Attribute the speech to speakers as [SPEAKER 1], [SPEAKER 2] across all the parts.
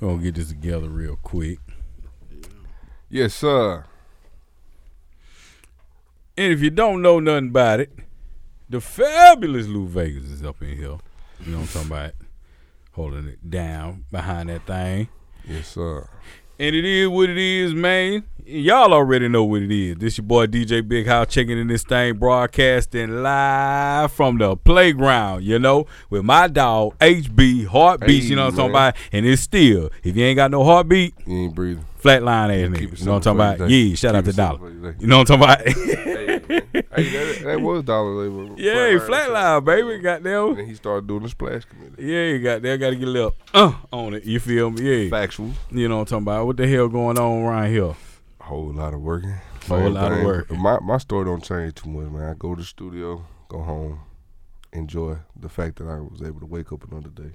[SPEAKER 1] We're gonna get this together real quick.
[SPEAKER 2] Yes, sir.
[SPEAKER 1] And if you don't know nothing about it, the fabulous Lou Vegas is up in here. You know what I'm talking about? Holding it down behind that thing.
[SPEAKER 2] Yes, sir.
[SPEAKER 1] And it is what it is, man. Y'all already know what it is. This your boy DJ Big House checking in this thing, broadcasting live from the playground, you know, with my dog HB Heartbeats, you know what I'm talking
[SPEAKER 2] Amen.
[SPEAKER 1] about? And it's still, if you ain't got no heartbeat,
[SPEAKER 2] You ain't breathing.
[SPEAKER 1] flatline ass
[SPEAKER 2] Keep it
[SPEAKER 1] nigga. You know what I'm
[SPEAKER 2] simple
[SPEAKER 1] talking
[SPEAKER 2] for
[SPEAKER 1] about?
[SPEAKER 2] the day.
[SPEAKER 1] Yeah, shout out
[SPEAKER 2] Keep
[SPEAKER 1] to
[SPEAKER 2] it simple
[SPEAKER 1] Dollar.
[SPEAKER 2] for the day.
[SPEAKER 1] You know what I'm talking about?
[SPEAKER 2] Hey, that, that was Dollar Label.
[SPEAKER 1] yeah, flatline, baby.
[SPEAKER 2] And
[SPEAKER 1] Goddamn.
[SPEAKER 2] then he started doing the splash committee.
[SPEAKER 1] Yeah, goddamn. Got to get a little uh, on it. You feel me? Yeah.
[SPEAKER 2] Factual.
[SPEAKER 1] You know what I'm talking about? What the hell going on around here?
[SPEAKER 2] Whole lot of working.
[SPEAKER 1] Whole
[SPEAKER 2] Same
[SPEAKER 1] lot of
[SPEAKER 2] thing.
[SPEAKER 1] working.
[SPEAKER 2] My my story don't change too much, man. I go to the studio, go home, enjoy the fact that I was able to wake up another day.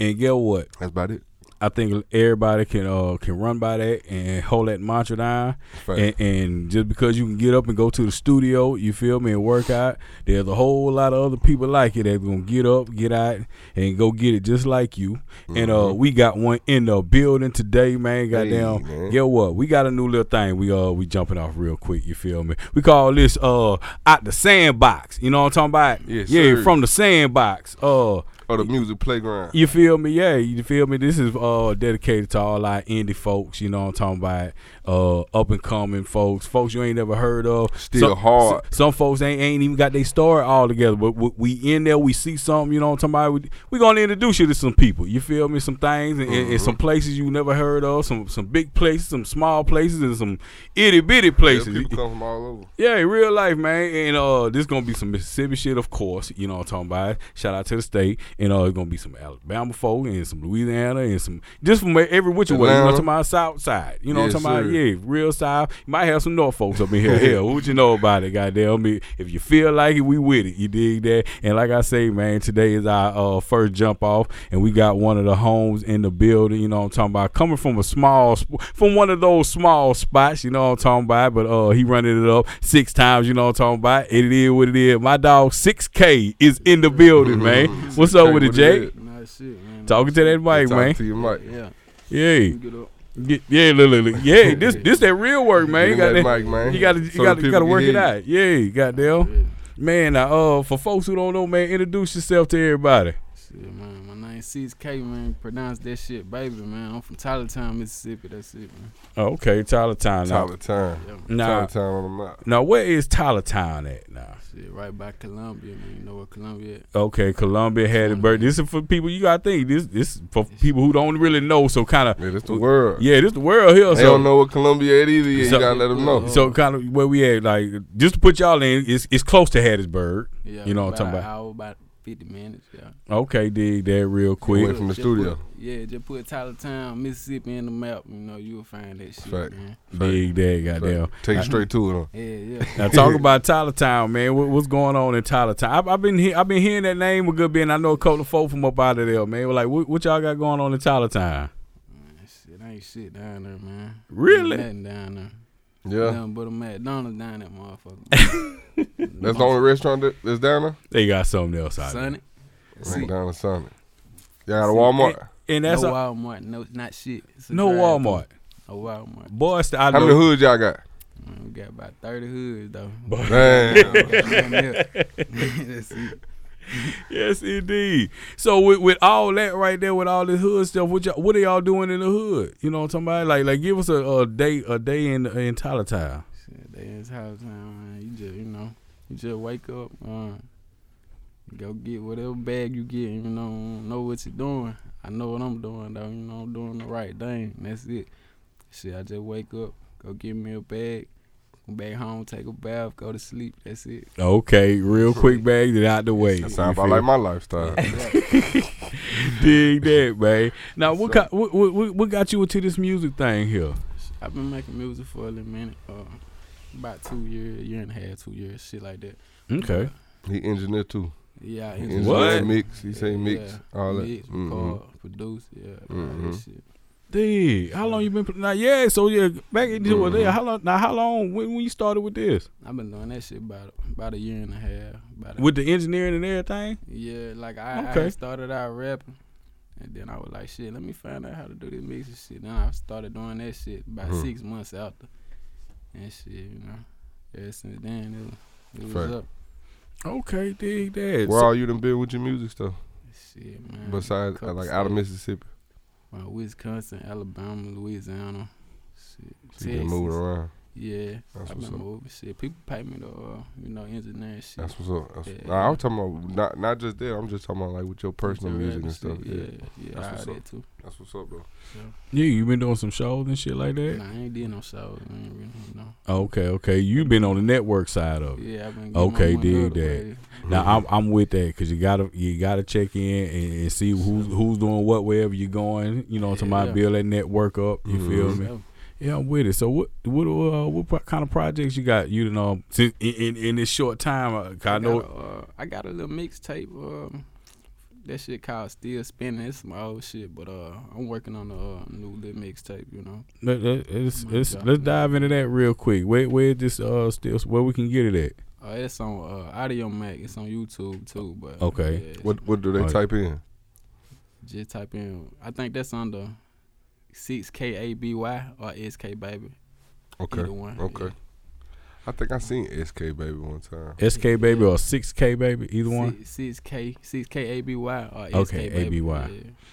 [SPEAKER 1] And get what?
[SPEAKER 2] That's about it.
[SPEAKER 1] I think everybody can uh can run by that and hold that mantra down.
[SPEAKER 2] Fact.
[SPEAKER 1] And, and just because you can get up and go to the studio, you feel me, and work out, there's a whole lot of other people like you that's gonna get up, get out, and go get it just like you. And uh,
[SPEAKER 2] Mm-hmm.
[SPEAKER 1] we got one in the building today, man. Goddamn,
[SPEAKER 2] man.
[SPEAKER 1] get what? We got a new little thing. We uh we jumping off real quick. You feel me? We call this uh out the sandbox. You know what I'm talking about?
[SPEAKER 2] Yes,
[SPEAKER 1] yeah,
[SPEAKER 2] sir.
[SPEAKER 1] from the sandbox. Uh,
[SPEAKER 2] Or the music playground.
[SPEAKER 1] you feel me? Yeah, you feel me? This is uh dedicated to all our indie folks, you know what I'm talking about? Uh up and coming folks, folks you ain't never heard of.
[SPEAKER 2] Still hard.
[SPEAKER 1] s- Some folks ain't ain't even got their story all together, but we, we in there, we see something, you know what I'm talking about? We, we gonna introduce you to some people, you feel me? Some things and, and- and
[SPEAKER 2] Mm-hmm.
[SPEAKER 1] some places you never heard of, some some big places, some small places, and some itty bitty
[SPEAKER 2] Yeah,
[SPEAKER 1] places.
[SPEAKER 2] people come from all over.
[SPEAKER 1] Yeah, real life, man. And uh this gonna be some Mississippi shit, of course. You know what I'm talking about. Shout out to the state. And uh it's gonna be some Alabama folk and some Louisiana and some just from every which way. You know what I'm talking about? South side. You know
[SPEAKER 2] Yes,
[SPEAKER 1] what I'm talking
[SPEAKER 2] sir.
[SPEAKER 1] about? Yeah, real south. You might have some north folks up in here. Hell, what you know about it, goddamn. I mean, if you feel like it, we with it. You dig that? And like I say, man, today is our uh first jump off and we got one of the homes in the building, you know what I'm talking about. Coming from a small sp- from one of those small spots, you know what I'm talking about. But uh he running it up six times, you know what I'm talking about. It is what it is. My dog six K is in the building, man. What's up
[SPEAKER 2] 6K,
[SPEAKER 1] with it,
[SPEAKER 2] what it
[SPEAKER 1] Jay?
[SPEAKER 2] is?
[SPEAKER 3] That's it, man.
[SPEAKER 1] Talking to that mic,
[SPEAKER 2] Talk
[SPEAKER 1] man.
[SPEAKER 2] to your mic.
[SPEAKER 3] Yeah.
[SPEAKER 1] Yeah.
[SPEAKER 3] Get up.
[SPEAKER 1] Get- yeah, look, look, look. Yeah, this this that real work, man. You
[SPEAKER 2] Get
[SPEAKER 1] got
[SPEAKER 2] in that
[SPEAKER 1] that.
[SPEAKER 2] mic, man.
[SPEAKER 1] You got to you
[SPEAKER 2] So the
[SPEAKER 1] got to you
[SPEAKER 2] people
[SPEAKER 1] got to
[SPEAKER 2] can
[SPEAKER 1] work
[SPEAKER 2] hear
[SPEAKER 1] it
[SPEAKER 2] you.
[SPEAKER 1] out. Yeah, goddamn.
[SPEAKER 3] Yeah.
[SPEAKER 1] Man, now, uh, for folks who don't know, man, introduce yourself to everybody.
[SPEAKER 3] Shit, man. My name's CK, man. Pronounce that shit, baby, man. I'm from Tylertown, Mississippi. That's it, man.
[SPEAKER 1] Oh, okay, Tyler Town. Now,
[SPEAKER 2] Tyler Time.
[SPEAKER 3] Yeah, man.
[SPEAKER 1] now,
[SPEAKER 2] Tyler Time on the map.
[SPEAKER 1] now, where is Tyler Town at now?
[SPEAKER 3] Shit, right by Columbia, man. You know where Columbia at?
[SPEAKER 1] Okay, Columbia had a birthday. This is for people you gotta think. This this is for people who don't really know. So kind of
[SPEAKER 2] Yeah, that's the world.
[SPEAKER 1] yeah, this the world here. so
[SPEAKER 2] They don't know what Columbia it either. yet.
[SPEAKER 1] So-
[SPEAKER 2] you gotta let them know.
[SPEAKER 1] so kind of where we at, like just to put y'all in, it's it's close to Hattiesburg.
[SPEAKER 3] Yeah.
[SPEAKER 1] You know what I'm talking
[SPEAKER 3] about an
[SPEAKER 1] about.
[SPEAKER 3] hour, about 50 minutes, yeah.
[SPEAKER 1] Okay, dig that real quick.
[SPEAKER 2] Away from the
[SPEAKER 3] Just
[SPEAKER 2] studio.
[SPEAKER 3] put- yeah, just put Tylertown, Mississippi in the map. You know, you'll find that shit,
[SPEAKER 2] Fact.
[SPEAKER 3] man.
[SPEAKER 1] Dig that, goddamn.
[SPEAKER 2] Take it straight to it. huh?
[SPEAKER 3] Yeah, yeah.
[SPEAKER 1] Now talk about Tyler Town, man. What, what's going on in Tyler Town? I- I've been he- I've been hearing that name a good bit. And I know a couple of folks from up out of there, man. Like, what, what y'all got going on in Tyler Town?
[SPEAKER 3] Man, shit, ain't shit down there, man.
[SPEAKER 1] Really?
[SPEAKER 3] Ain't Nothing down there.
[SPEAKER 2] Yeah.
[SPEAKER 3] Nothing but a McDonald's down that motherfucker.
[SPEAKER 2] That's the only restaurant that, that's down there?
[SPEAKER 1] They got something else out there.
[SPEAKER 3] Sonny. See,
[SPEAKER 2] Right down in Summit. Y'all got a Walmart.
[SPEAKER 1] And
[SPEAKER 3] no
[SPEAKER 1] that's a-
[SPEAKER 3] Walmart, no not shit. It's a
[SPEAKER 1] no
[SPEAKER 3] drive-thru.
[SPEAKER 1] Walmart.
[SPEAKER 3] A Walmart.
[SPEAKER 1] Boy, st- I
[SPEAKER 2] How many
[SPEAKER 1] know.
[SPEAKER 2] hoods y'all got?
[SPEAKER 3] Man, we got about thirty hoods though.
[SPEAKER 2] Damn.
[SPEAKER 3] That's it.
[SPEAKER 1] Yes, indeed. So with, with all that right there, with all this hood stuff, what y'all, what are y'all doing in the hood? You know what I'm talking about? Like, like give us a, a day a day in in Tyler Town.
[SPEAKER 3] Shit, they in house time, man. You just you know, you just wake up, uh, go get whatever bag you get. You know, know what you're doing. I know what I'm doing though. You know, I'm doing the right thing. That's it. Shit, I just wake up, go get me a bag, go back home, take a bath, go to sleep. That's it.
[SPEAKER 1] Okay, real quick, bag it out the way.
[SPEAKER 2] That
[SPEAKER 1] You
[SPEAKER 2] sounds
[SPEAKER 1] feel
[SPEAKER 2] about like my lifestyle.
[SPEAKER 1] Dig that, man. Now, what, ki- what, what- what what got you into this music thing here?
[SPEAKER 3] I've been making music for a little minute, uh, about two years, year and a half, two years, shit like that.
[SPEAKER 1] Okay,
[SPEAKER 2] He engineer too.
[SPEAKER 3] Yeah, I
[SPEAKER 2] He
[SPEAKER 3] engineer.
[SPEAKER 2] engineer
[SPEAKER 1] What?
[SPEAKER 2] mix. He say mix.
[SPEAKER 3] Yeah,
[SPEAKER 2] All that.
[SPEAKER 3] mix,
[SPEAKER 2] Mhm.
[SPEAKER 3] record, produce, yeah, all
[SPEAKER 2] Mhm.
[SPEAKER 3] that shit.
[SPEAKER 1] dig. How long you been pl- now? Yeah, so yeah, back into it. there. How long? Now, how long? When when you started with this,
[SPEAKER 3] I've been doing that shit about about a year and a half. About a,
[SPEAKER 1] with the engineering and everything?
[SPEAKER 3] yeah, like I, I
[SPEAKER 1] Okay.
[SPEAKER 3] started out rapping, And then I was like, shit, let me find out how to do this mixing shit. Then I started doing that shit about
[SPEAKER 2] Mhm.
[SPEAKER 3] six months after. And shit, you know. Ever since then, it was, it was
[SPEAKER 2] Fact.
[SPEAKER 3] up.
[SPEAKER 1] Okay, dig that.
[SPEAKER 2] Where
[SPEAKER 1] So-
[SPEAKER 2] all you done been with your music stuff?
[SPEAKER 3] Shit, man.
[SPEAKER 2] Besides, uh,
[SPEAKER 3] Mm, Couple
[SPEAKER 2] like out of
[SPEAKER 3] states.
[SPEAKER 2] Mississippi,
[SPEAKER 3] Well, Wisconsin, Alabama, Louisiana. Shit.
[SPEAKER 2] so you been moving
[SPEAKER 3] Texas.
[SPEAKER 2] around.
[SPEAKER 3] Yeah.
[SPEAKER 2] That's
[SPEAKER 3] I've
[SPEAKER 2] what's
[SPEAKER 3] been
[SPEAKER 2] up.
[SPEAKER 3] moving. Shit, people pay me to, uh, you know, engineering shit.
[SPEAKER 2] That's what's up. That's
[SPEAKER 3] Yeah.
[SPEAKER 2] nah, I'm talking about not not just there. I'm just talking about like with your personal
[SPEAKER 3] Yeah,
[SPEAKER 2] music and
[SPEAKER 3] shit,
[SPEAKER 2] stuff. Yeah,
[SPEAKER 3] Yeah, yeah,
[SPEAKER 2] That's
[SPEAKER 3] I
[SPEAKER 2] what's
[SPEAKER 3] all that
[SPEAKER 2] up.
[SPEAKER 3] too.
[SPEAKER 2] that's what's up, bro.
[SPEAKER 1] yeah, you been doing some shows and shit like that.
[SPEAKER 3] Nah, I ain't did no shows. I ain't really, you know.
[SPEAKER 1] Okay, okay. you been on the network side
[SPEAKER 2] Oh.
[SPEAKER 1] of it.
[SPEAKER 3] Yeah, I've been. getting
[SPEAKER 1] Okay,
[SPEAKER 3] my money
[SPEAKER 1] dig
[SPEAKER 3] other
[SPEAKER 1] that.
[SPEAKER 3] way.
[SPEAKER 1] Now
[SPEAKER 2] Mm-hmm.
[SPEAKER 1] I'm I'm with that because you gotta you gotta check in and, and see who's who's doing what wherever you're going. You know, to my
[SPEAKER 3] Yeah.
[SPEAKER 1] build that network up. You feel
[SPEAKER 2] Mhm.
[SPEAKER 1] me?
[SPEAKER 3] So,
[SPEAKER 1] Yeah, I'm with it. So what what uh, what pro- kind of projects you got? You know, since in in, in this short time, uh, 'cause I know.
[SPEAKER 3] Got a, uh, I got a little mixtape. Um, that shit called Still Spinning. It's some old shit, but uh, I'm working on a uh, new little mixtape. You know.
[SPEAKER 1] Let, let, let's,
[SPEAKER 3] My
[SPEAKER 1] let's,
[SPEAKER 3] God.
[SPEAKER 1] let's dive into that real quick. Where where this uh still where we can get it at?
[SPEAKER 3] Uh, it's on uh, Audio Mac. It's on YouTube too. But
[SPEAKER 1] Okay.
[SPEAKER 3] yeah,
[SPEAKER 2] What what do they
[SPEAKER 1] Alright.
[SPEAKER 2] type in?
[SPEAKER 3] Just type in. I think that's under six K A B Y or S K Baby.
[SPEAKER 2] Okay,
[SPEAKER 3] Either one.
[SPEAKER 2] okay. I think I seen SK Baby one time.
[SPEAKER 1] SK baby
[SPEAKER 3] Yeah.
[SPEAKER 1] or six K baby? Either one.
[SPEAKER 3] Six K six K A B Y or S
[SPEAKER 1] Okay,
[SPEAKER 3] K Baby.
[SPEAKER 1] ABY.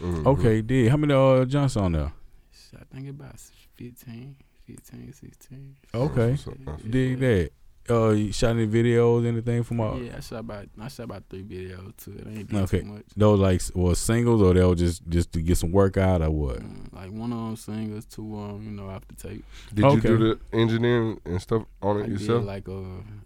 [SPEAKER 3] Yeah.
[SPEAKER 2] Mhm.
[SPEAKER 1] Okay, did how many uh Johnson on there?
[SPEAKER 3] Shit, I think about s- 15, 15, 16.
[SPEAKER 1] Okay,
[SPEAKER 2] That's what's up. That's
[SPEAKER 1] dig that. Uh, you shot any videos, anything from uh, all?
[SPEAKER 3] Yeah, I shot about I shot about three videos too. It ain't did
[SPEAKER 1] Okay.
[SPEAKER 3] too much.
[SPEAKER 1] Those like well singles or they were just just to get some work out or what?
[SPEAKER 3] Mm, like one of them singles, two of 'em, you know, off the tape.
[SPEAKER 2] Did
[SPEAKER 1] Okay.
[SPEAKER 2] you do the engineering and stuff on
[SPEAKER 3] I
[SPEAKER 2] it
[SPEAKER 3] did
[SPEAKER 2] yourself?
[SPEAKER 3] like uh,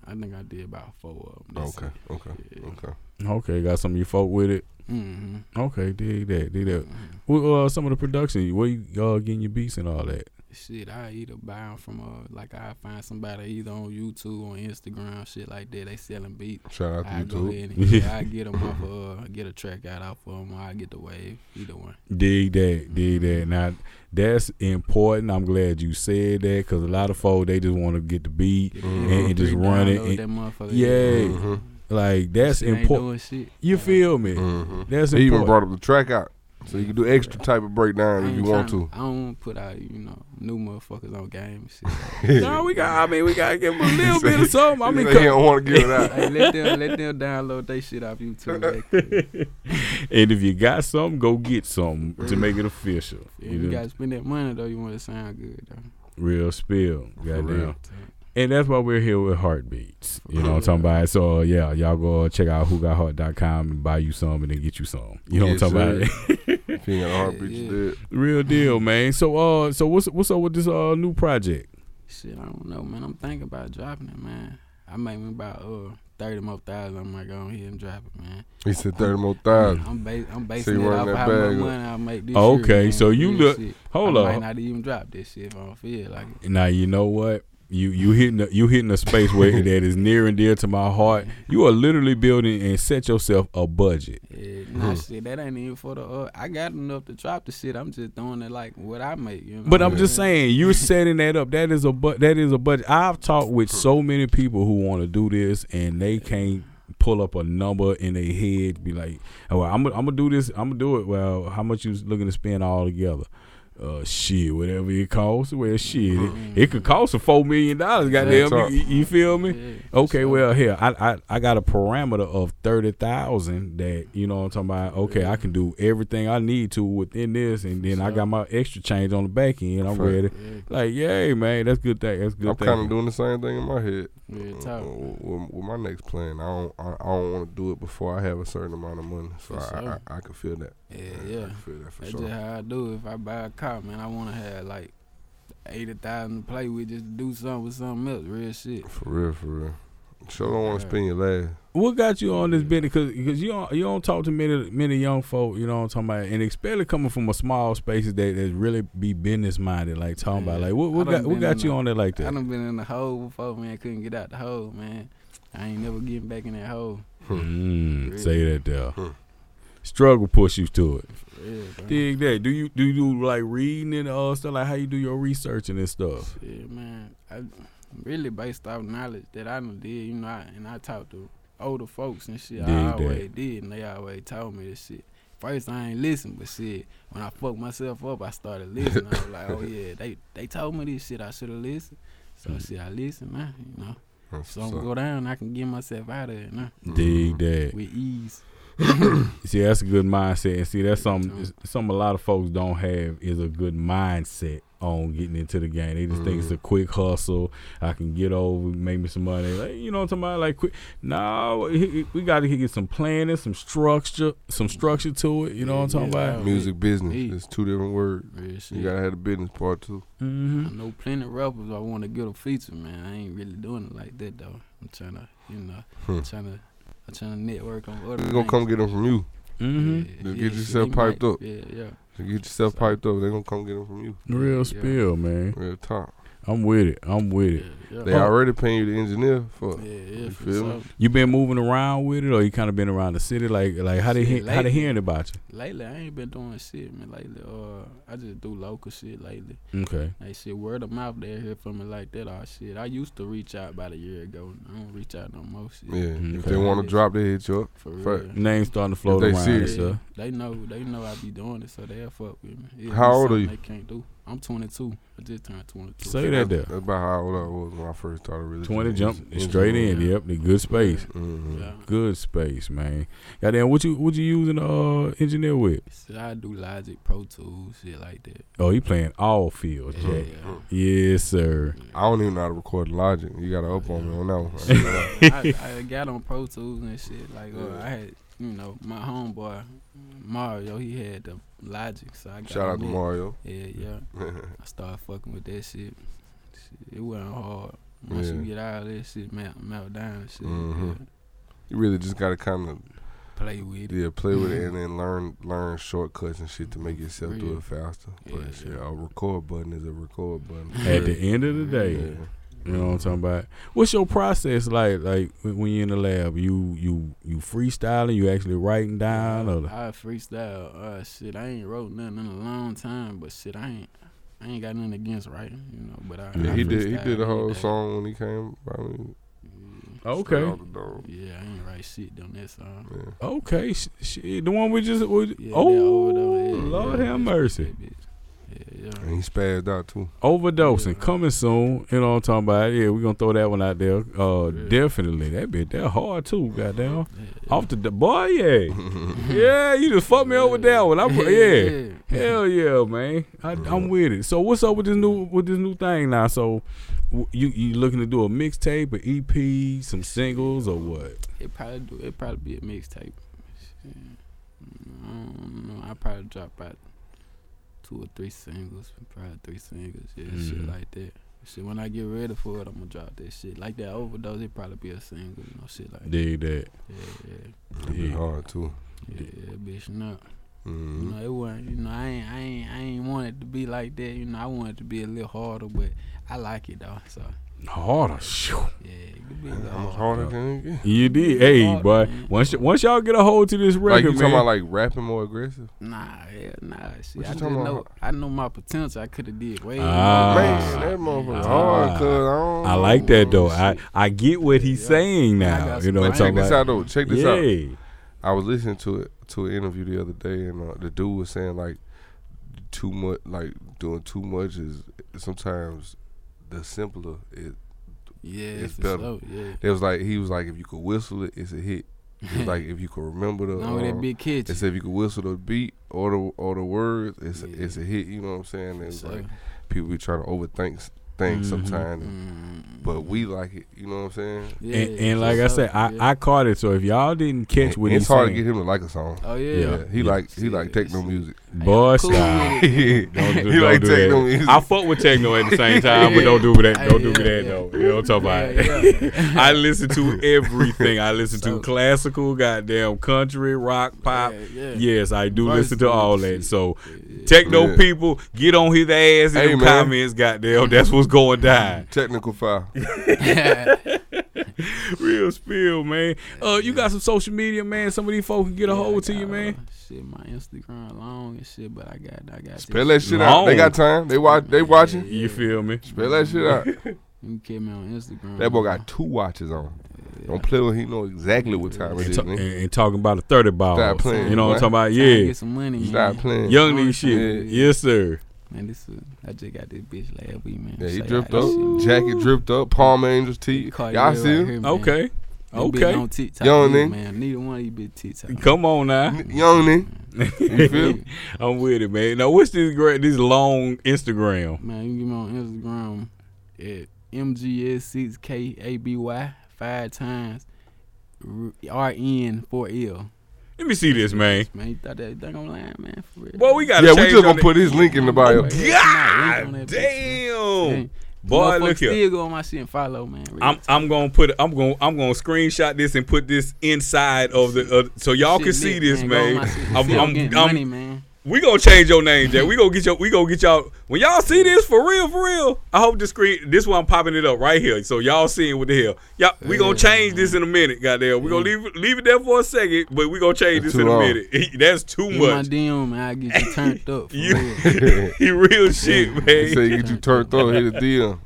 [SPEAKER 3] I think I did about four of them.
[SPEAKER 2] okay, okay, okay.
[SPEAKER 1] Okay, got some of you folk with it.
[SPEAKER 3] Mm-hmm.
[SPEAKER 1] Okay, dig that, dig that. What uh, some of the production? Where you uh, getting your beats and all that?
[SPEAKER 3] Shit, I either buy 'em from uh, like I find somebody either on YouTube or Instagram, shit like that. They selling beats.
[SPEAKER 2] Shout
[SPEAKER 3] I
[SPEAKER 2] out to
[SPEAKER 3] go
[SPEAKER 2] YouTube.
[SPEAKER 3] in and yeah, I get them off of, uh, get a track out off of 'em, or I get the wave, either one.
[SPEAKER 1] Dig that, dig that. Now that's important. I'm glad you said that because a lot of folk they just want to get the beat.
[SPEAKER 3] Get
[SPEAKER 2] Mhm.
[SPEAKER 3] the
[SPEAKER 2] And- and
[SPEAKER 1] Mm-hmm. just
[SPEAKER 3] MP3,
[SPEAKER 1] run it
[SPEAKER 3] download
[SPEAKER 1] and-
[SPEAKER 3] that motherfucker.
[SPEAKER 1] Yeah.
[SPEAKER 2] Mhm.
[SPEAKER 1] Like that's
[SPEAKER 3] Shit ain't
[SPEAKER 1] important.
[SPEAKER 3] doing shit.
[SPEAKER 1] You feel me?
[SPEAKER 2] hmm
[SPEAKER 1] That's
[SPEAKER 2] He even
[SPEAKER 1] important.
[SPEAKER 2] brought up the track out, so you can do extra type of
[SPEAKER 3] I
[SPEAKER 2] breakdown if
[SPEAKER 3] ain't
[SPEAKER 2] you want
[SPEAKER 3] tryna-
[SPEAKER 2] to.
[SPEAKER 3] I don't put out, you know, new motherfuckers on game and shit.
[SPEAKER 2] Mm.
[SPEAKER 1] no, we got. I mean, we gotta give him a little bit of something. I
[SPEAKER 2] He
[SPEAKER 1] mean,
[SPEAKER 2] said he don't want to give it out.
[SPEAKER 3] hey, let them let them download they shit off YouTube. Like,
[SPEAKER 1] and if you got something, go get something to make it official.
[SPEAKER 3] yeah,
[SPEAKER 1] You
[SPEAKER 3] you
[SPEAKER 1] know?
[SPEAKER 3] gotta spend that money though. You want to sound good though.
[SPEAKER 1] real spill,
[SPEAKER 2] real.
[SPEAKER 1] goddamn. And that's why we're here with heartbeats. You know what I'm talking about? So uh, yeah, y'all go check out who got heart.com and buy you some and then get you some. You know
[SPEAKER 2] Yes,
[SPEAKER 1] what I'm talking
[SPEAKER 2] sir.
[SPEAKER 1] about?
[SPEAKER 2] If he ain't got a heartbeat, you
[SPEAKER 3] Yeah,
[SPEAKER 2] dead.
[SPEAKER 1] real deal, man. So uh so what's what's up with this uh new project?
[SPEAKER 3] Shit, I don't know, man. I'm thinking about dropping it, man. I make me about uh thirty more thousand. I'm like, go on here and drop it, man.
[SPEAKER 2] He said thirty more
[SPEAKER 1] Mm-hmm.
[SPEAKER 2] thousand.
[SPEAKER 3] I'm bas- I'm
[SPEAKER 2] So
[SPEAKER 3] basing
[SPEAKER 2] you
[SPEAKER 3] it
[SPEAKER 2] running
[SPEAKER 3] off
[SPEAKER 2] that
[SPEAKER 3] how much
[SPEAKER 2] bag up.
[SPEAKER 3] money I make this year.
[SPEAKER 1] Oh, Okay,
[SPEAKER 3] man.
[SPEAKER 1] so you
[SPEAKER 3] Real
[SPEAKER 1] look-
[SPEAKER 3] shit.
[SPEAKER 1] Hold
[SPEAKER 3] I
[SPEAKER 1] up.
[SPEAKER 3] Might not even drop this shit if I don't feel like it.
[SPEAKER 1] Now you know what? You you hitting a, you hitting a space where that is near and dear to my heart. You are literally building and set yourself a budget.
[SPEAKER 3] Yeah, nah,
[SPEAKER 2] Mhm.
[SPEAKER 3] shit, that ain't even for the. Uh, I got enough to drop the shit. I'm just throwing it like what I make. You know
[SPEAKER 1] But
[SPEAKER 3] what
[SPEAKER 1] I'm just
[SPEAKER 3] saying?
[SPEAKER 1] saying, you're setting that up. That is a bu- that is a budget. I've talked with so many people who want to do this, and they can't pull up a number in their head. Be like, "Oh, well, I'm gonna I'm gonna do this. I'm gonna do it." Well, how much you looking to spend all together? Uh, shit, whatever it costs. Well, shit, it, it could cost a four million dollars.
[SPEAKER 2] Real
[SPEAKER 1] Goddamn,
[SPEAKER 2] talk.
[SPEAKER 1] you, you feel me?
[SPEAKER 3] Mm-hmm. Yeah,
[SPEAKER 1] Okay,
[SPEAKER 3] so-
[SPEAKER 1] well here I, I I got a parameter of thirty thousand that you know what I'm talking about. Okay, I can do everything I need to within this, and then I got my extra change on the back end. I'm
[SPEAKER 2] Fair.
[SPEAKER 1] ready.
[SPEAKER 3] Yeah,
[SPEAKER 1] Like yay, man, that's good thing. That's good
[SPEAKER 2] I'm
[SPEAKER 1] thing.
[SPEAKER 2] kind of doing the same thing in my head.
[SPEAKER 3] real
[SPEAKER 2] Uh,
[SPEAKER 3] talk.
[SPEAKER 2] with, with my next plan, I don't, I, I don't want to do it before I have a certain amount of money, so
[SPEAKER 3] For
[SPEAKER 2] I,
[SPEAKER 3] sure.
[SPEAKER 2] I, I, I can feel that.
[SPEAKER 3] Yeah,
[SPEAKER 2] I
[SPEAKER 3] yeah.
[SPEAKER 2] can feel that for
[SPEAKER 3] That's
[SPEAKER 2] sure.
[SPEAKER 3] just how I do. it. If I buy a car, man, I want to have like eighty thousand to play with, just to do something with something else, real shit.
[SPEAKER 2] For real, for real. Sure, don't want to
[SPEAKER 3] Yeah.
[SPEAKER 2] spend your last.
[SPEAKER 1] What got you on this business? Because you don't you don't talk to many many young folk. You know what I'm talking about, and especially coming from a small spaces that that really be business minded. Like talking about
[SPEAKER 3] Yeah.
[SPEAKER 1] like what what
[SPEAKER 3] I done
[SPEAKER 1] got what
[SPEAKER 3] been
[SPEAKER 1] got
[SPEAKER 3] in
[SPEAKER 1] you
[SPEAKER 3] a-
[SPEAKER 1] on there like
[SPEAKER 3] I
[SPEAKER 1] that?
[SPEAKER 3] done been in the hole before, man. Couldn't get out the hole, man. I ain't never getting back in that hole.
[SPEAKER 1] Mm, say that there.
[SPEAKER 2] Hmm.
[SPEAKER 1] Struggle push you to it.
[SPEAKER 3] For real, bro.
[SPEAKER 1] Dig that. Do you do you do like reading and uh stuff like how you do your research and this stuff?
[SPEAKER 3] Shit, man. I really based off knowledge that I done did, you know, I, and I talked to older folks and shit.
[SPEAKER 1] Dig
[SPEAKER 3] I
[SPEAKER 1] that.
[SPEAKER 3] always did, and they always told me this shit. first I ain't listen, but shit, when I fucked myself up, I started listening. I was like, oh yeah, they they told me this shit. I should have listened. So shit, I listen now. You know,
[SPEAKER 2] That's
[SPEAKER 3] so
[SPEAKER 2] what's Mm-hmm.
[SPEAKER 3] I'm
[SPEAKER 2] up.
[SPEAKER 3] go down. I can get myself out of it now Mm-hmm.
[SPEAKER 1] Dig that.
[SPEAKER 3] with ease.
[SPEAKER 1] See, that's a good mindset. And see, that's something it's- something a lot of folks don't have is a good mindset on getting into the game. They just think it's a
[SPEAKER 3] Mm-hmm.
[SPEAKER 1] quick hustle. I can get over, make me some money. Like, you know what I'm talking about? Like quick. No, he- he- we got to get some planning, some structure, some structure to it. You know what I'm talking
[SPEAKER 3] Yeah.
[SPEAKER 1] about?
[SPEAKER 2] Music business.
[SPEAKER 3] Eat.
[SPEAKER 2] It's two different words.
[SPEAKER 3] Real shit.
[SPEAKER 2] You gotta have the business part too.
[SPEAKER 1] Mm-hmm.
[SPEAKER 3] I know plenty of rappers I want to get a feature, man. I ain't really doing it like that though. I'm trying to, you know,
[SPEAKER 2] Hmm.
[SPEAKER 3] I'm trying to, I'm trying to network on other.
[SPEAKER 2] They're gonna come get them from you.
[SPEAKER 1] Mm-hmm.
[SPEAKER 2] Just get yourself piped up.
[SPEAKER 3] Yeah, yeah.
[SPEAKER 2] You get yourself
[SPEAKER 3] So-
[SPEAKER 2] piped up. They gonna come get them from you.
[SPEAKER 1] Real
[SPEAKER 3] Yeah.
[SPEAKER 1] spill, man.
[SPEAKER 2] Real talk.
[SPEAKER 1] I'm with it. I'm with
[SPEAKER 3] Yeah,
[SPEAKER 1] it.
[SPEAKER 3] yeah.
[SPEAKER 2] They already paying you the engineer for.
[SPEAKER 3] yeah,
[SPEAKER 2] it.
[SPEAKER 3] yeah.
[SPEAKER 2] You
[SPEAKER 3] for
[SPEAKER 2] feel
[SPEAKER 3] sure.
[SPEAKER 2] me?
[SPEAKER 1] You been moving around with it, or you kind of been around the city? Like, like how they
[SPEAKER 3] Shit,
[SPEAKER 1] he- how they
[SPEAKER 3] lately.
[SPEAKER 1] hearing about
[SPEAKER 3] Lately, I ain't been doing shit, man. Lately, uh, I just do local shit lately.
[SPEAKER 1] you? Okay.
[SPEAKER 3] Like shit, word of mouth, they hear from me like that. All shit. I used to reach out about a year ago. I don't reach out no more. Shit.
[SPEAKER 2] Yeah. If
[SPEAKER 1] Okay.
[SPEAKER 2] they want to drop, they hit you up.
[SPEAKER 3] For
[SPEAKER 2] Fuck.
[SPEAKER 3] real.
[SPEAKER 1] Names starting to float
[SPEAKER 2] If they
[SPEAKER 1] around. and
[SPEAKER 2] serious.
[SPEAKER 1] stuff.
[SPEAKER 3] They know they know I be doing it, so they'll fuck with me. It
[SPEAKER 2] How
[SPEAKER 3] be
[SPEAKER 2] old are
[SPEAKER 3] something
[SPEAKER 2] you?
[SPEAKER 3] They can't do. I'm 22. I just turned 22.
[SPEAKER 1] Say that there.
[SPEAKER 2] That's about how old I was when I first started really.
[SPEAKER 1] 20
[SPEAKER 2] doing
[SPEAKER 1] jump
[SPEAKER 2] music.
[SPEAKER 1] straight in.
[SPEAKER 3] Yeah.
[SPEAKER 1] Yep, the good space.
[SPEAKER 2] Mhm.
[SPEAKER 3] Yeah.
[SPEAKER 1] Good space, man. Goddamn, what you what you using uh engineer with?
[SPEAKER 3] Shit, I do Logic, Pro Tools, shit like that.
[SPEAKER 1] Oh, he playing all fields,
[SPEAKER 3] Yeah.
[SPEAKER 1] Jack. Yes, sir.
[SPEAKER 2] I don't even know how to record Logic. You got to up on me on that one.
[SPEAKER 3] Yeah. I, I got on Pro Tools and shit. Like, uh, I had, you know, my homeboy Mario, he had the Logic, so I got
[SPEAKER 2] Shout out
[SPEAKER 3] on
[SPEAKER 2] to
[SPEAKER 3] it.
[SPEAKER 2] Mario.
[SPEAKER 3] Yeah, yeah. I started fucking with that shit. Shit, It wasn't hard. Once
[SPEAKER 2] Yeah.
[SPEAKER 3] you get out of that shit, melt, melt down and shit.
[SPEAKER 2] Mhm.
[SPEAKER 3] yeah.
[SPEAKER 2] you really just got to kind of
[SPEAKER 3] Play with it.
[SPEAKER 2] yeah play with it and
[SPEAKER 3] Mhm.
[SPEAKER 1] Mm-hmm.
[SPEAKER 2] then learn learn shortcuts and shit to make yourself do
[SPEAKER 3] Real.
[SPEAKER 2] it
[SPEAKER 1] Mm-hmm.
[SPEAKER 2] faster.
[SPEAKER 3] Yeah,
[SPEAKER 2] But shit,
[SPEAKER 3] yeah.
[SPEAKER 2] a record button is a record button.
[SPEAKER 1] At the end of the day,
[SPEAKER 2] Yeah.
[SPEAKER 1] you know what I'm talking about. What's your process like? Like when when you in the lab, you you you freestyling, you actually writing down, or
[SPEAKER 3] I freestyle. Uh, shit, I ain't wrote nothing in a long time, but shit, I ain't, I ain't got nothing against writing, you know. But I,
[SPEAKER 2] Yeah,
[SPEAKER 3] I
[SPEAKER 2] he did. He
[SPEAKER 3] freestyle
[SPEAKER 2] did a
[SPEAKER 3] every
[SPEAKER 2] whole
[SPEAKER 3] day.
[SPEAKER 2] song when he came. I mean,
[SPEAKER 3] Yeah.
[SPEAKER 2] straight
[SPEAKER 1] okay,
[SPEAKER 2] out the door.
[SPEAKER 3] Yeah, I ain't write shit on that song.
[SPEAKER 2] Yeah.
[SPEAKER 1] okay, sh- shit, the one we just we,
[SPEAKER 3] Yeah, that
[SPEAKER 1] oh
[SPEAKER 3] overdose, yeah,
[SPEAKER 1] Lord
[SPEAKER 3] yeah,
[SPEAKER 1] have
[SPEAKER 3] bitch,
[SPEAKER 1] mercy,
[SPEAKER 3] that bitch. Yeah,
[SPEAKER 2] And he spazzed out too.
[SPEAKER 1] overdosing
[SPEAKER 3] Yeah.
[SPEAKER 1] coming soon. You know what I'm talking about? Yeah, we gonna throw that one out there. Uh,
[SPEAKER 3] Yeah.
[SPEAKER 1] definitely that bit that hard too. Goddamn.
[SPEAKER 3] yeah.
[SPEAKER 1] Off the d- boy, yeah, yeah. Oh, You just fucked me up with that one. I'm, yeah. hell yeah, man. I, I'm with it. So what's up with this new with this new thing now? So w- you you looking to do a mixtape, an EP, some singles, or what?
[SPEAKER 3] It probably do. It probably be a mixtape. Shit. I don't know. I probably drop out two or three singles. Probably three singles. Yeah, shit
[SPEAKER 1] Mhm.
[SPEAKER 3] like that. Shit, when I get ready for it, I'm gonna drop that shit. Like that overdose, it probably be a single. You know, shit like that.
[SPEAKER 1] Dig that.
[SPEAKER 3] Yeah, yeah,
[SPEAKER 2] It'd be
[SPEAKER 1] Yeah.
[SPEAKER 2] hard too.
[SPEAKER 3] yeah, Mm-hmm. yeah bitch. No, you
[SPEAKER 2] Mhm.
[SPEAKER 3] know it wasn't. You know, I ain't, I ain't, I ain't want it to be like that. You know, I want it to be a little harder, but I like it though. So
[SPEAKER 1] Harder. Shoo.
[SPEAKER 3] yeah, it could be a
[SPEAKER 2] Man,
[SPEAKER 3] little
[SPEAKER 2] I'm
[SPEAKER 3] harder.
[SPEAKER 2] harder than it get.
[SPEAKER 1] You did, hey,
[SPEAKER 3] Hard,
[SPEAKER 1] boy.
[SPEAKER 3] man.
[SPEAKER 1] Once y- once y'all get a hold to this
[SPEAKER 2] Like
[SPEAKER 1] record,
[SPEAKER 2] you
[SPEAKER 1] man.
[SPEAKER 2] talking about like rapping more aggressive?
[SPEAKER 3] Nah, yeah, nah.
[SPEAKER 2] What you
[SPEAKER 3] Shit, I just
[SPEAKER 2] talking
[SPEAKER 3] know
[SPEAKER 2] about?
[SPEAKER 3] I know my potential. I could have did way.
[SPEAKER 1] Ah.
[SPEAKER 3] more.
[SPEAKER 2] Man, that motherfucker
[SPEAKER 1] Ah.
[SPEAKER 2] hard. Cause I, don't
[SPEAKER 1] I like that
[SPEAKER 2] know.
[SPEAKER 1] though. I I get what he's
[SPEAKER 3] Oh, Yeah.
[SPEAKER 1] saying
[SPEAKER 3] I
[SPEAKER 1] now.
[SPEAKER 3] got
[SPEAKER 1] You know what I'm
[SPEAKER 3] some
[SPEAKER 1] talking
[SPEAKER 2] Check
[SPEAKER 3] brain.
[SPEAKER 2] this
[SPEAKER 1] about?
[SPEAKER 2] out though. Check this out.
[SPEAKER 1] Yeah.
[SPEAKER 2] I was listening to it to an interview the other day, and uh, the dude was saying like too much, like doing too much is sometimes the simpler. It,
[SPEAKER 3] Yeah,
[SPEAKER 2] It's
[SPEAKER 3] for
[SPEAKER 2] better.
[SPEAKER 3] sure, Yeah.
[SPEAKER 2] it was like he was like if you could whistle it, it's a hit. He was like if you could remember the.
[SPEAKER 3] Long with
[SPEAKER 2] um,
[SPEAKER 3] that big
[SPEAKER 2] They
[SPEAKER 3] kitchen.
[SPEAKER 2] said if you could whistle the beat or the or the words, it's
[SPEAKER 3] Yeah.
[SPEAKER 2] it's a hit. You know what I'm saying? It's
[SPEAKER 3] So,
[SPEAKER 2] like people be trying to overthink s- things
[SPEAKER 1] Mhm.
[SPEAKER 2] sometimes,
[SPEAKER 3] mm,
[SPEAKER 2] but we like it. You know what I'm saying?
[SPEAKER 3] yeah,
[SPEAKER 1] And, and
[SPEAKER 3] for
[SPEAKER 1] like I
[SPEAKER 3] sure,
[SPEAKER 1] said, I,
[SPEAKER 3] yeah.
[SPEAKER 1] I caught it. So if y'all didn't catch
[SPEAKER 2] And
[SPEAKER 1] what
[SPEAKER 2] it's
[SPEAKER 1] he's
[SPEAKER 2] hard
[SPEAKER 1] saying,
[SPEAKER 2] to get him to like a song.
[SPEAKER 3] oh yeah,
[SPEAKER 1] Yeah.
[SPEAKER 2] Yeah, he
[SPEAKER 1] Yeah.
[SPEAKER 2] like he like
[SPEAKER 3] Yeah,
[SPEAKER 2] techno
[SPEAKER 3] shit.
[SPEAKER 2] music.
[SPEAKER 1] boy,
[SPEAKER 3] Cool
[SPEAKER 1] stop.
[SPEAKER 3] with it.
[SPEAKER 2] he
[SPEAKER 1] Don't do,
[SPEAKER 2] He
[SPEAKER 1] don't
[SPEAKER 2] like
[SPEAKER 1] do
[SPEAKER 2] techno
[SPEAKER 1] that.
[SPEAKER 2] music.
[SPEAKER 1] I fuck with techno at the same time, but don't do that. Don't do that though. You know what I'm talking about?
[SPEAKER 3] Yeah, yeah.
[SPEAKER 1] I listen to everything. I listen
[SPEAKER 3] So-
[SPEAKER 1] to classical, goddamn country, rock, pop.
[SPEAKER 3] Yeah, yeah.
[SPEAKER 1] Yes, I do
[SPEAKER 3] Verse
[SPEAKER 1] listen to all that.
[SPEAKER 3] shit.
[SPEAKER 1] So
[SPEAKER 3] Yeah.
[SPEAKER 1] techno
[SPEAKER 2] Yeah.
[SPEAKER 1] people, get on his ass in
[SPEAKER 2] Hey,
[SPEAKER 1] the
[SPEAKER 2] man.
[SPEAKER 1] comments, goddamn. That's what's going down.
[SPEAKER 2] Technical file.
[SPEAKER 1] Real spill, man. Uh, you got some social media, man. Some of these folks can get a
[SPEAKER 3] Yeah, I
[SPEAKER 1] hold to you,
[SPEAKER 3] got,
[SPEAKER 1] man.
[SPEAKER 3] uh, Shit, my Instagram long and shit, but I got, I got.
[SPEAKER 2] Spell that
[SPEAKER 3] this
[SPEAKER 2] shit out. They
[SPEAKER 1] Long.
[SPEAKER 2] got time. They watch. They watching.
[SPEAKER 1] You feel me?
[SPEAKER 2] Spell that shit out.
[SPEAKER 3] You can catch me on Instagram.
[SPEAKER 2] That boy got two watches on.
[SPEAKER 3] Yeah,
[SPEAKER 2] Don't play when he know exactly what time it
[SPEAKER 1] And,
[SPEAKER 2] is.
[SPEAKER 1] ta-
[SPEAKER 2] nigga.
[SPEAKER 1] and, and talking about a thirty ball.
[SPEAKER 2] Stop playing,
[SPEAKER 1] You know what I'm
[SPEAKER 2] boy.
[SPEAKER 1] talking about?
[SPEAKER 3] Trying to
[SPEAKER 1] Yeah,
[SPEAKER 3] Get some money,
[SPEAKER 2] Stop
[SPEAKER 3] man.
[SPEAKER 2] playing.
[SPEAKER 1] young nigga shit.
[SPEAKER 3] Yeah.
[SPEAKER 1] Yes, sir.
[SPEAKER 3] Man, this is, I just got this bitch last week, man.
[SPEAKER 2] Yeah, he
[SPEAKER 3] Say
[SPEAKER 2] dripped
[SPEAKER 3] hi,
[SPEAKER 2] up.
[SPEAKER 3] this shit, man.
[SPEAKER 2] Jacket dripped up. Palm Angels tee.
[SPEAKER 3] Cartier
[SPEAKER 2] Y'all
[SPEAKER 3] right
[SPEAKER 2] see him?
[SPEAKER 3] here, man.
[SPEAKER 1] Okay,
[SPEAKER 3] That bitch
[SPEAKER 1] okay.
[SPEAKER 3] on TikTok,
[SPEAKER 2] Young
[SPEAKER 3] either,
[SPEAKER 2] nigga.
[SPEAKER 3] man. Neither one of you bitch TikTok.
[SPEAKER 1] Come on now.
[SPEAKER 2] N- Young nigga. You feel me?
[SPEAKER 1] I'm with it, man. Now, what's this great? This long Instagram.
[SPEAKER 3] Man, you can get me on Instagram at MGS6KABY five times RN4L.
[SPEAKER 1] Let me see this, man.
[SPEAKER 3] Man, you thought that thing I'm lying, man? For real.
[SPEAKER 1] Boy, we got
[SPEAKER 2] Yeah,
[SPEAKER 1] to
[SPEAKER 2] we
[SPEAKER 1] change
[SPEAKER 2] just
[SPEAKER 1] on
[SPEAKER 2] gonna put his link in the bio.
[SPEAKER 3] Right.
[SPEAKER 1] it.
[SPEAKER 3] on
[SPEAKER 1] God
[SPEAKER 3] that bitch,
[SPEAKER 1] damn,
[SPEAKER 3] Hey,
[SPEAKER 1] boy,
[SPEAKER 3] motherfuckers
[SPEAKER 1] look here.
[SPEAKER 3] still go on my shit and follow, man. Real
[SPEAKER 1] I'm I'm gonna put I'm gonna I'm gonna screenshot this and put this inside of the uh, so y'all
[SPEAKER 3] shit
[SPEAKER 1] can see
[SPEAKER 3] lit,
[SPEAKER 1] this,
[SPEAKER 3] Go on
[SPEAKER 1] man.
[SPEAKER 3] my shit and
[SPEAKER 1] I'm,
[SPEAKER 3] still
[SPEAKER 1] I'm,
[SPEAKER 3] getting
[SPEAKER 1] I'm-
[SPEAKER 3] money, man.
[SPEAKER 1] we gonna change your name, Jay. We gonna get your we gonna get y'all when y'all see this for real, for real. I hope the screen this one I'm popping it up right here, so y'all seeing what the hell. Y'all we gonna
[SPEAKER 3] Yeah.
[SPEAKER 1] change this in a minute, goddamn. We gonna leave it- leave it there for a second, but we gonna change
[SPEAKER 2] That's
[SPEAKER 1] this in a
[SPEAKER 2] too long.
[SPEAKER 1] minute. That's too
[SPEAKER 3] In my
[SPEAKER 1] much.
[SPEAKER 3] DM, man, I get you turned up. For
[SPEAKER 1] You-
[SPEAKER 3] real.
[SPEAKER 1] He real shit, man.
[SPEAKER 2] He said get you turned up, hit a deal.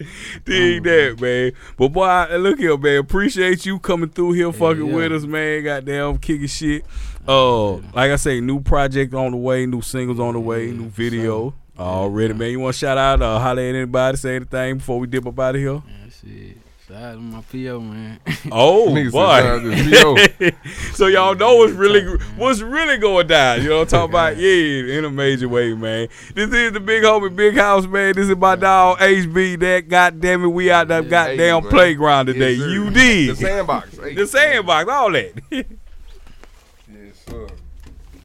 [SPEAKER 1] Dig that, man. But boy, I- look here, man. Appreciate you coming through here, fucking
[SPEAKER 3] yeah.
[SPEAKER 1] with us, man. Goddamn, kicking shit. Uh, like I say, new project on the way, new singles on the way, new video already, man. You want to shout out, uh, holler at anybody, say anything before we dip up out of here?
[SPEAKER 3] Man, shit. Shout out to my PO, man.
[SPEAKER 1] Oh
[SPEAKER 2] Niggas
[SPEAKER 1] boy.
[SPEAKER 2] said, "Shout out
[SPEAKER 1] so y'all know what's really what's really going down. You know what I'm talking about? Yeah, in a major way, man. This is the big homie, big house, man. This is my dog HB. That goddamn it, we out that
[SPEAKER 3] Yeah.
[SPEAKER 1] goddamn
[SPEAKER 2] Hey, man.
[SPEAKER 1] playground
[SPEAKER 2] Yes,
[SPEAKER 1] today.
[SPEAKER 2] sir.
[SPEAKER 1] you
[SPEAKER 2] The
[SPEAKER 1] did.
[SPEAKER 2] sandbox. hey.
[SPEAKER 1] The sandbox, all that.